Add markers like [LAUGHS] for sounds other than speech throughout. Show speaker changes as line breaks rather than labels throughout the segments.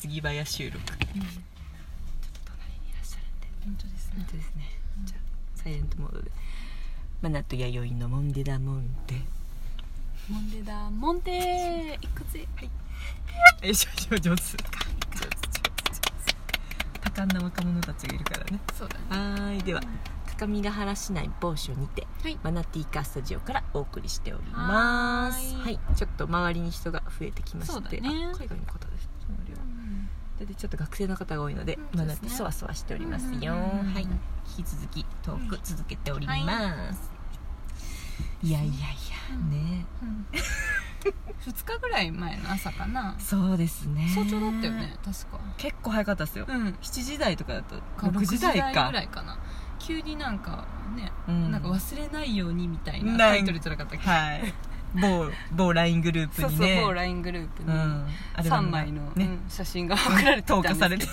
次早収録
うん、ちょっと隣にいらっしゃるんで
本当です
本当ですね、
うん
じゃあサイレントモードで
マナと弥生のモンデダモンデ
モンデだモンテいくつはい
え少々上手多感な若者たちがいるからね
そうだね
はーいでは各務原市内某所にて
はい
マナティーカースタジオからお送りしております
は
は
ーい
い、ちょっと周りに人が増えてきまして
そうだね
あ海外の方ですその量
うん
だってちょっと学生の方が多いので、
うん
まだ
そうですね
そわそわしておりますよ、
うんうんうんうん
はい引き続きトーク続けております、い、やいやいや、
うん
ね
うん、2日ぐらい前の朝かな
そうですね
早朝だったよね確か
結構早かったですよ、
うん
7時台とかだと
か
6時台
6時台
か
ぐらいかな急になんかね、
うん
なんか忘れないようにみたい
な
なんタイトルじゃなかったっけ
はい某某 LINE グループ
そう
に
そう
ね
某 LINE グループに
うんあれは
3枚の、う
ね
ん写真が送られてた
投
ん
下
です
さ
け
れて
ど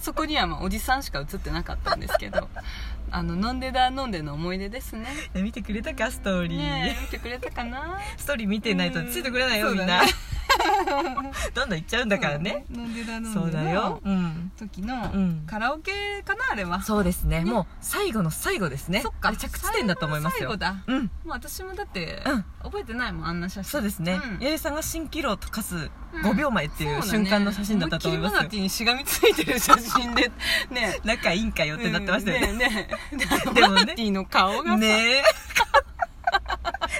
[LAUGHS] そこにはまあおじさんしか写ってなかったんですけ
[LAUGHS]
ど「あの飲んでだ飲んで」の思い出ですね
見てくれたかストーリー、
ねえ見てくれたかな
ストーリー見てないとついてくれないよ、
うん
みんな
[LAUGHS]
どんどん行っちゃうんだからね、
うん飲んでだ飲んでの
そうだよ、うん、
時の、
うん
カラオケかなあれは
そうですねもう最後の最後ですね
そっか
あれ着地点だと思いますよ
最後だ
うん
もう私もだって、
うん
覚えてないもんあんな写真
そうですね、
ん
弥生さんが蜃気楼を溶かす
うん
5秒前っていう瞬間の写真だったと思います
そうだね思っきりマナティーにしがみついてる写真
[LAUGHS]
でね
仲いいんかよってなってましたよね、
うんねえねえ
でもね
マナティーの顔がさ、
ねえ
[LAUGHS]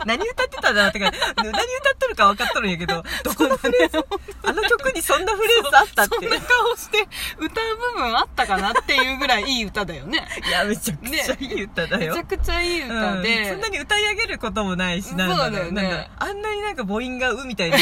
何歌ってたんだろうってか何歌っとるか分かっとるんやけ
[LAUGHS]
どどこのフレーズあの曲にそんなフレーズあったっ
そんな
て
顔して歌う部分あったかなっていうぐらいいい歌だよね
いやめちゃくちゃいい歌だ
め
よ、
ちゃくちゃいい歌で、
うんそんなに歌い上げることもないしなん
そうだよね
なんだあんなになんか母音が「う」みた
[LAUGHS]
いな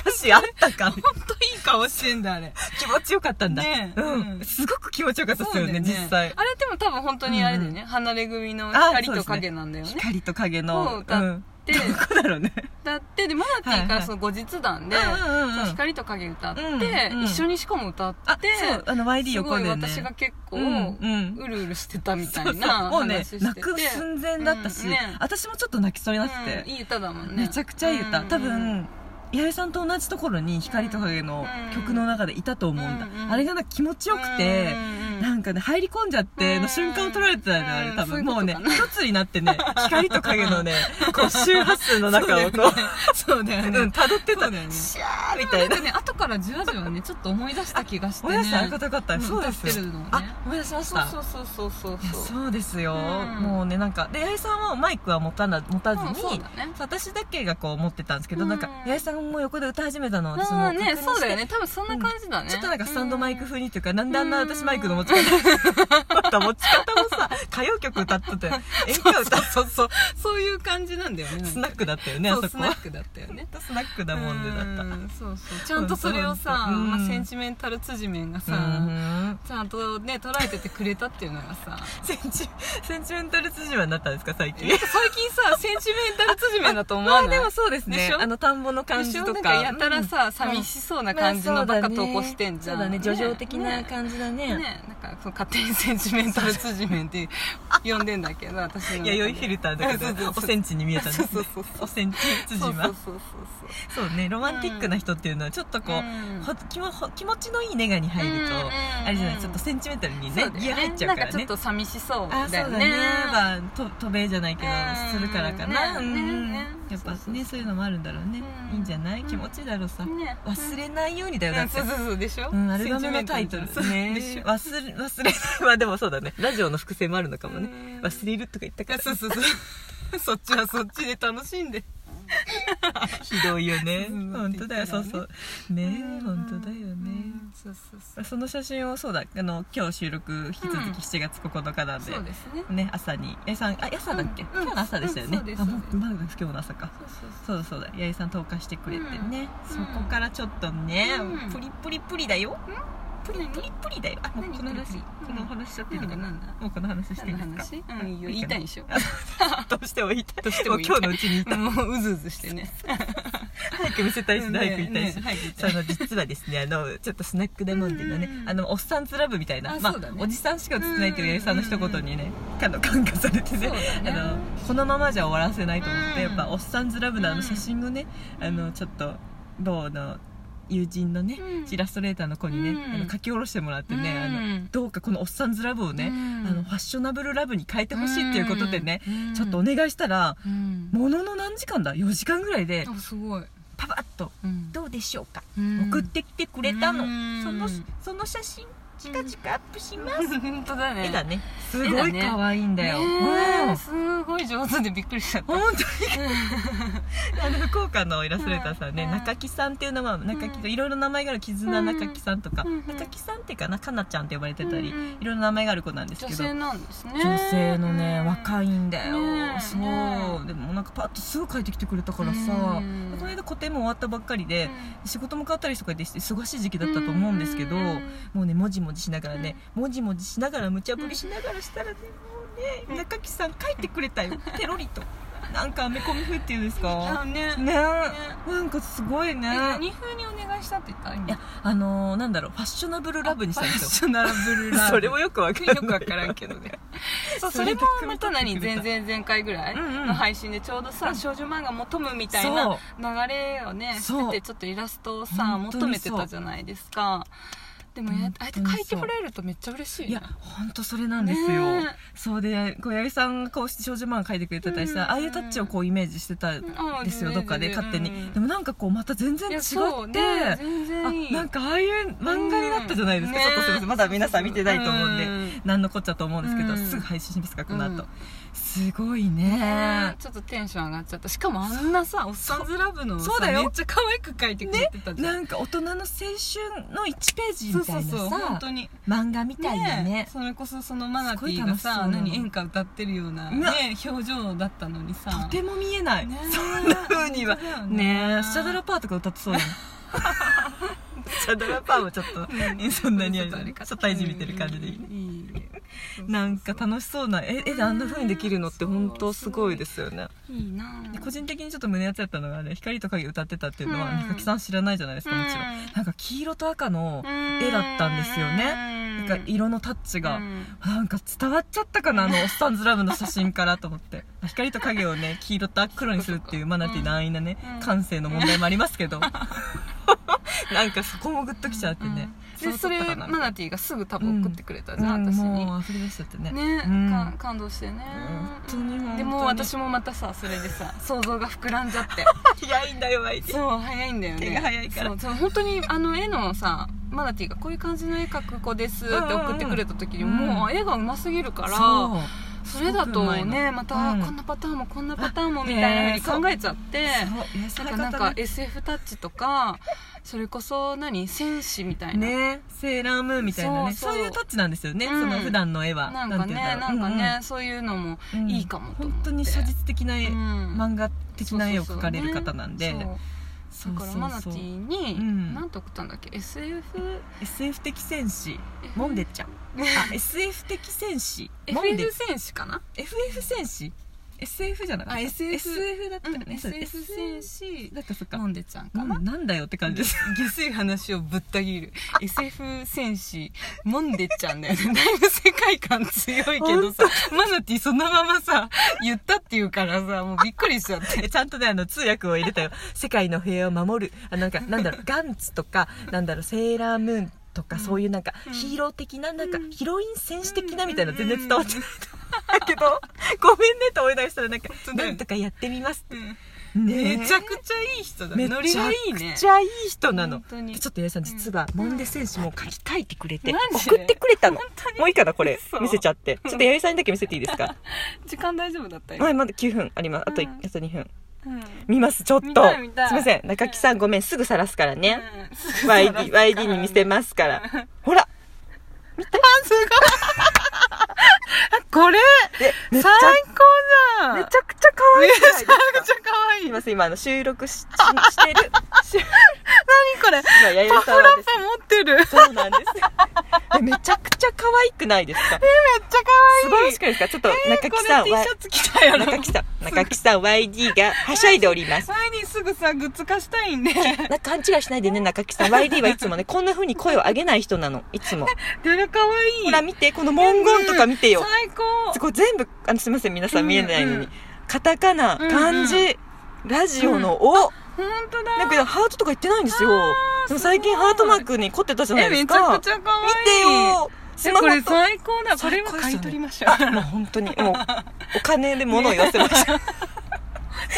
歌詞あったか
本当いい顔してんだあれ
[LAUGHS] 気持ちよかったんだ、
ねえ
うん
うん
すごく気持ちよかったです
だ
よね実際
あれでも多分本当にあれだよね、離れ組の
あ
光
そうで
と
すね
影なんだよね
光と影
を
の
歌っ
うん
で
どこだろうね
だってでマナティーか
はいは
ら
い
その後日談で、
うんうんうん
その光と影歌って、
うんうん
一緒にしかも歌って
あそうあの YD
す
横
ご
で
い
ね
私が結構、
うんうん
うるうるしてたみた
そう
い
そう
な
もうね
話してて
泣く寸前だったし、
うんね
私もちょっと泣きそうになって
うん、いい歌だもんね
めちゃくちゃいい歌、
うん
多分八重さんと同じところに光と影の曲の中でいたと思うんだ、
うんうん
あれがなんか気持ちよくて、
うん
なんかね入り込んじゃっての瞬間を捉えてたよね、あれ多分、
うん
もうね
そうい
一
う
つになって
[LAUGHS]
ね光と影のねこう周波数の中をこ
そうだよ
う
ね
う、ん辿ってた
そうだよね
シャーみた
ないん
な
かね後からじわじわねちょっと思い出した気がして
思い
ね
出したよかったよかった、
うん
そうですよ
歌ってるのをね
あ思い出しました
そうそうそうそう
いや
そう
そうですよ、
うん
もうねなんかで八重さんはマイクは持たな持たずに、
うんそうだね
私だけがこう持ってたんですけど、
うん
なんか八重さんも横で歌い始めたのを私
ま
も
あ
確認
ね
して、
そうだよね多分そんな感じだね、
ちょっとなんかスタンドマイク [LAUGHS]
うん
風にというか、なんであんな
うん
私マイクの持ち方、また持ち方もさ、歌謡曲歌っとって、演歌歌、
そうそうそういう感じなんだよね
スナックだったよね、あ
そ
そうこ
スナッ
は。
クだったよね
ほんとスナックだもんでだった。う
うんそうそうちゃんとそれをさ、
うん
まあ、センチメンタル辻面がさ、
ん
ちゃんとね捉えててくれたっていうのが
[LAUGHS]
さ
センチ、センチメンタル辻はなったんですか、最近
なん。か最近さセンチメンタル辻面だと思わない
まあでもそうです
で
ね
し。ょ
あの、田んぼの感じと
なん
か。
かやたらさ、寂しそうな感じのバカ投稿してんじゃん、
そうだね、叙情的な
じ
感じだ
ね
ね。
なんかその勝手にセンチメンタル辻面って呼んでんだけど私の中
い
で
や、良いフィルターだけ
そうそう
ど、
そ
お
う
センチに見えたんです
そう
ね
そうそう。
おセンチ辻
そうそうそ
は
う。そう
そうね、ロマンティックな人っていうのはちょっとこう、
うん
ほ気もほ気持ちのいいネガに入ると、
うんうんうん
あれじゃないちょっとセンチメンタルに
そ
ね
うだよ
ギア入っちゃ
な
うんか
からちょっ
ね
と寂しそう
あ
だ
そう
よ
だ
ね
ねまあと渡米じゃないけど、
う
す
ん
るからかな、
ね
うんうん
ね
やっぱ
そうそうそ
ね
う
そういうのもあるんだろうね、
う
い
ん
いんじゃない
うん
気持ちいいだろうさ、
ね
忘れないようにだよだって、
そうそうそうでしょ、
うん、アルバムのタイトル
センチメン
ね
タル [LAUGHS] でしょ
忘れ忘れ [LAUGHS] まあでもそうだねラジオの複製もあるのかもね
うん
忘れるとか言ったから
そうそう [LAUGHS] そうそっちはそっちで楽しんで
[LAUGHS] ひどいよね
うん
本当だよそうそうね
うん
本当だよね、
うんそうそうそう
その写真をそうだあの今日収録引き続き
うん
7月9日なんで,、
そうですね
ね朝に八重さんあ朝だっけ、
うん
今日の朝でしたよね、
うんそうです
あもう
そうです
まだ今日の朝か
そうそう
そうだそうだ八重さん投下してくれてね、そ
うん
こからちょっとね、
うん
プリプリプリだよ、
そうプリ
プリプリだよあもう
何
この話、
プリプ
こ
リ
の話しちゃっていいのかな、
なんだなんだ
もうこの話していい
何の
です
話
か
うんいいよ言いたいんで
[LAUGHS]
しょ
かどうしても言いたい
どうしても言いたい
今日のうちに言いたい
[LAUGHS] もううずうずして
[LAUGHS]
ね
早く見せたいし、
うん
早く言いたいし、
ねね早く言い
そ
たい
の実はですねあのちょっとスナックで飲んでるのね
うんうんうん
あのおっさんずラブみたいな
あ
まあ
そうだね
おじさんしか映ってないという八重さんの一言にねかの感化されてね
そうだね
あのこのままじゃ終わらせないと思って、や
うん
っぱおっさんずラブのあの写真をねあのちょっと某の友人のね、
うん
イラストレーターの子にね、
うん
あの書き下ろしてもらってね、
うん
あのどうかこのおっさんずラブをね、
うん
あのファッショナブルラブに変えてほしいっていうことでね、
うん
ちょっとお願いしたら
うん
ものの何時間だ4時間ぐらいで
あすごい、
パパッと「どうでしょうか?」送
送
ってきてくれたの、
うん
そのその写真近々アップします、
本当だね
絵だねす
絵
ご
だ
い
ね
可愛いんだよ、
ね
う
え
ん
すごい上手でびっくりしちゃった
本当に [LAUGHS] あの福岡のイラストレーターさんね、
うん
中木さんっていう名前中木といろいろ名前がある絆中木さんとか、
うん
中木さんっていうかなかなちゃんって呼ばれてたり、
うんうん
いろいろ名前がある子なんですけ
女
ど
性なんですね
女性のね、
い
若いんだよ、
ねえ
そう、
ねえ
でもなんかパッとすぐ帰ってきてくれたからさ、
うん
でこの間個展も終わったばっかりで、仕事も変わったりとかでして忙しい時期だったと思うんですけど、もうねもじもじしながらね、もじもじしながら無茶ぶりしながらしたらねもうね中木さん帰ってくれた
[LAUGHS]
よペロリとなんかアメコミ風っていうんです
あ
か
ね
ねなんかすごい
え
ね
何風にお願いしたって言った
いやあのー、なんだろうファッショナブルラブにしたんですよ
ショナブルラブ
[LAUGHS] それもよくわかんない
よくわからんけどね [LAUGHS] そう
そ
そ
れ
れ
で
もまた何前前前回ぐらい
うんうん
の配信でちょうどさ、少女漫画求むみたい
そう
な流れをね
そう
しててちょっとイラストをさ
本当に
求めてたじゃないですかでもや
本当
あえ
に
て
そ
書
う
いてもらえるとめっちゃ嬉しい
いや本当それなんですよ、
ねえ
そうで小弥生さんがこうして少女漫画描いてくれてたり
うん
さああいうタッチをこうイメージしてたんですよどっかで勝手にで
も
もなんかこうまた全然違って
そうね全
あ
然いい
なんかああいう漫画になったじゃないですか、
うん
ちょっとすいませんまだ皆さん見てないと思うんで、
うん
なんのこっちゃと思うんですけど、
うん
すぐ配信しますからこの後、
うん
すごいね
ねちょっとテンション上がっちゃったしかもあんなさ「おっさんずラブ」のさ
そうだよ
めっちゃ可愛く書いてくれてたじゃん、
なんか大人の青春の1ページみ
そう
たい
そう
なさ
そう本当に
漫画みたいなね
えそれこそそのマナティー
すごい
が
楽しそうな
さ
の
何演歌歌ってるような、
うわ
ね、表情だったのにさ
とても見えない、
ねえ
そんな風には
本当だよね
ねえスチャダラパーとか歌ってそう
[LAUGHS]
だねスチャダラパーもちょっと、
うん
そんなにあれ
ちょっとあれか
ちょっといじめてる感じでいいね
うんいい
なんか楽しそうな絵絵であんな風にできるのって本当すごいですよね
いいなぁ
で個人的にちょっと胸熱やったのがね光と影歌ってたっていうのは
うん
中木さん知らないじゃないですかもちろん
うん
なんか黄色と赤の絵だったんですよね
ね
なんか色のタッチが
うん
なんか伝わっちゃったか [LAUGHS] なあのおっさんずラブの写真からと思って光と影をね黄色と黒にするっていうマナティーの安易なね
うん
感性の問題もありますけ [LAUGHS] どなんかそこもグッときちゃってね
でそれマナティーがすぐ多分送ってくれたじゃん、
うん
私に
もう溢れ出しちゃってね
ね、
うん
か感動してね
本当に本当に
でもう私もまたさそれでさ想像が膨らんじゃって
早いんだよ相手
そう早いんだよね
手が早いから
そうそう本当にあの絵のさマナティがこういう感じの絵描く子ですって送ってくれた時に
うんうんうん
もう絵がうますぎるから
そう
それだ
すごくう
と
まいの
ねまた
うん
こんなパターンもこんなパターンもみたいなふうに考えちゃって、
そうやさ
な
らか
んかなん
った
か
ね
SF タッチとかそれこそ何戦士みたいな、
ねセーラームーンみたいなねそ
そううそう
いうタッチなんですよね、
うん
その普段の絵は
なんかね
なて言
なんん
う
か
だろう
ね、そういうのも
うんうん
いいかもと思って
本当に写実的な絵、
うん
漫画的な絵を描かれる
そうそうそう
方なんで、
ね
そ
そうう
そ
だ
う
から
そう
マナティ
う
に
ん
何と送ったんだっけ SF
SF 的戦士モンデちゃんあ SF 的戦士モンデ
FF 戦士かな
FF 戦士 SF じゃなかった
あ SF
SF だったよね、
うん SF 戦士
だったそっか
モンデちゃんか
な
なん
なんだよって感じです
下水話をぶった切る SF 戦士モンデちゃんだよね [LAUGHS] だいぶ世界観強
[LAUGHS]
いけ [LAUGHS] どさマナティそのままさ言ったっていうからさもうびっくりしちゃって
えちゃんとね、あの、通訳を入れた
[LAUGHS]
よ。世界の平和を守る。あ、なんか、なんだろう、ガンツとか、なんだろう、セーラームーンとか、そういうなんか、
うん
ヒーロー的な、なんか、
うん
ヒロイン戦士的なみたいな、
うん
全然伝わってないと。だけど、 [LAUGHS] ごめんねと思い出したら、なんか、
当だ
な
よ
んとかやってみます
うん
って。ねえ
めちゃくちゃいい人だ
め
ね
ちゃ
ノ
く
リ
ちゃ
が
い
い
い
いね
人なの
本。当に
でちょっと八重さん、実は、モンデ選手も書き書いてくれて、
マジ
送ってくれたの
本当。に
もういいかな、これ
嘘。
見せちゃって。ちょっと八重さんにだけ見せていいですか
時間大丈夫だったよ、
はい、まだ9分あります。あと、
うん
あと2分。
うん
見ます、ちょっと。
見たい見たい
すいません。中木さん、ごめん、すぐ晒すからね。
うんすぐ
YD, YD に見せますから。ほら
これ
でめっ
最
ち
高
ゃ、
じゃん
めちゃくちゃ可愛いじゃないですか。
めちゃ可愛い
すいま
何
せん、今あの収録しししてる。し
これ
今、やゆ
パ
さん
フラ
は
ペ
ですね。
持ってるめっち
そうなんですえ。めちゃくちゃ可愛くないですか
ゃ
素
可
晴
愛
ら
い
しくないですかちょっと中木さん、
これ T
は
シャツ着たよな
中木さん、中木さん YD がはしゃいでおります。
前にすぐさグッズ化したいんで
な勘違いしないでね、中木さん。YD はいつもね、こんな風に声を上げない人なの。いつも。
でれ可愛い
ほら見て、この文言とか見てよ。
最高
これ全部あのすみません皆さん見えないのに、
うん
カタカナ
うんうん
漢字、ラジオの「お」
本当だ
なんかハートとか言ってないんですよ
あー
でも最近
すごい
ハートマークに凝ってたじゃな
え
いで
め
す
ちゃ
か
くちゃ可愛い
見てよス
え
マホ
ことれ最高だこれ
最
は
高ですよね
買い取りましょう
もう本当にもうお金で物を言わせました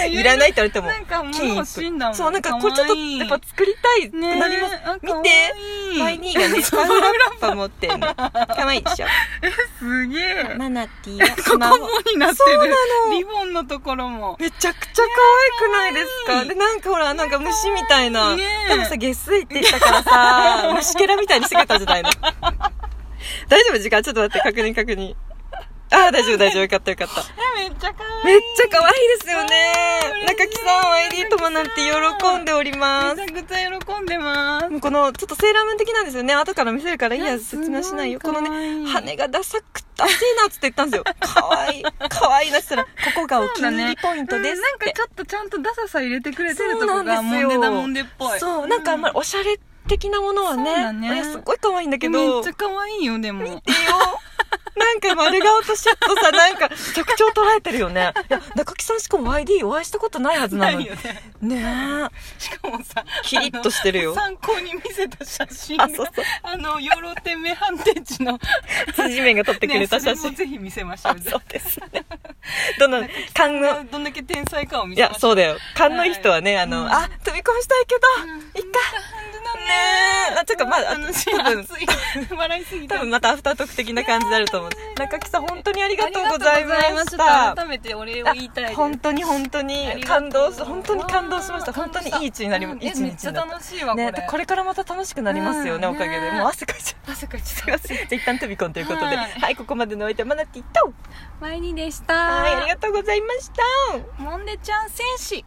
いらないって言われても
なんかもう
金
欲しいんだもん
そうなんかこれちょっとやっぱ作りたいってなります、見てマイニーがねパウラッパ持ってんのかわいいでしょ
すげえ
マナティー
ここもになって
そうな
る
の
リボンのところも
めちゃくちゃ可愛くないですかでなんかほらなんか虫みたいな、
ねえ
多分さ下水って言ったからさ虫けらみたいにしてくれたんじゃないの大丈夫時間ちょっと待って確認確認ああ大丈夫大丈夫よかったよかった
えめっちゃ可愛
め
い
っちゃ可愛いですよね
うん
中木さん ID ともなんて喜んでおります
めちゃくちゃ喜んでます
もうこのちょっとセーラームーン的なんですよね後から見せるからいいや説明はしないよ
す
こ
ごい
のね
可愛い
羽がダサくダセーなっつって言ったんですよ可愛い可愛いなっつったらここがお気に入りポイントです
うん
っ
なんか
て
ちょっとちゃんとダサさ入れてくれてる
そ
と
うな
こ
んですよ
がもんでだもんでっぽい
そうなんかあんまりおしゃれ的なものは
そうだ
ね
ね
いやすっごい可愛いんだけど
めっちゃ可愛いよでも
ってよ。 [LAUGHS] なんか丸顔とシュッとさ、なんか特徴捉えてるよ
[LAUGHS]
ね。いや、中木さんしかも YD お会いしたことないはずなの
な
に。
い
ね
よ
え。
ね [LAUGHS] しかもさ
キリッとしてるよ
あの参考に見せた写真があ
あそうそう
の養老天名判定地の
辻面が撮ってくれた写
ねそ
真。
れもぜひ見せましょ
あ
う、
そうですね。どの、勘の、
どんだけ天才かを見
い
せま
や、
しょう
そうだよ。勘のいい人はね、あの、
うん
あ、飛び込みしたいけど、いっか。ねえ。あ、ちょっとまあ、あ
楽しい
多分、
[LAUGHS] 熱い笑いすぎた
多分またアフタートーク的な感じになると思う。中木さん、本当にありがとうございま
ありがとうございます
し
ちょったと。改めてお礼を言いたいです
本当に本当に
ありがと
感
う
動し本当に感動しました本当にいい位置になりま
う
す
ん
いい
え
一日
めっちゃ
になった
楽しいわこ
ね
れ
こ
[LAUGHS]
れからまた楽しくなりますよね、
うん
おかげで
ね
もう汗かいちゃう
汗かい
す
ち
い
ゃ
ま
った
せんじゃあ一旦飛び込んということで
は
はいい、ここまでのお相手はマナティと
前にでした
はいありがとうございました
モンデちゃん戦士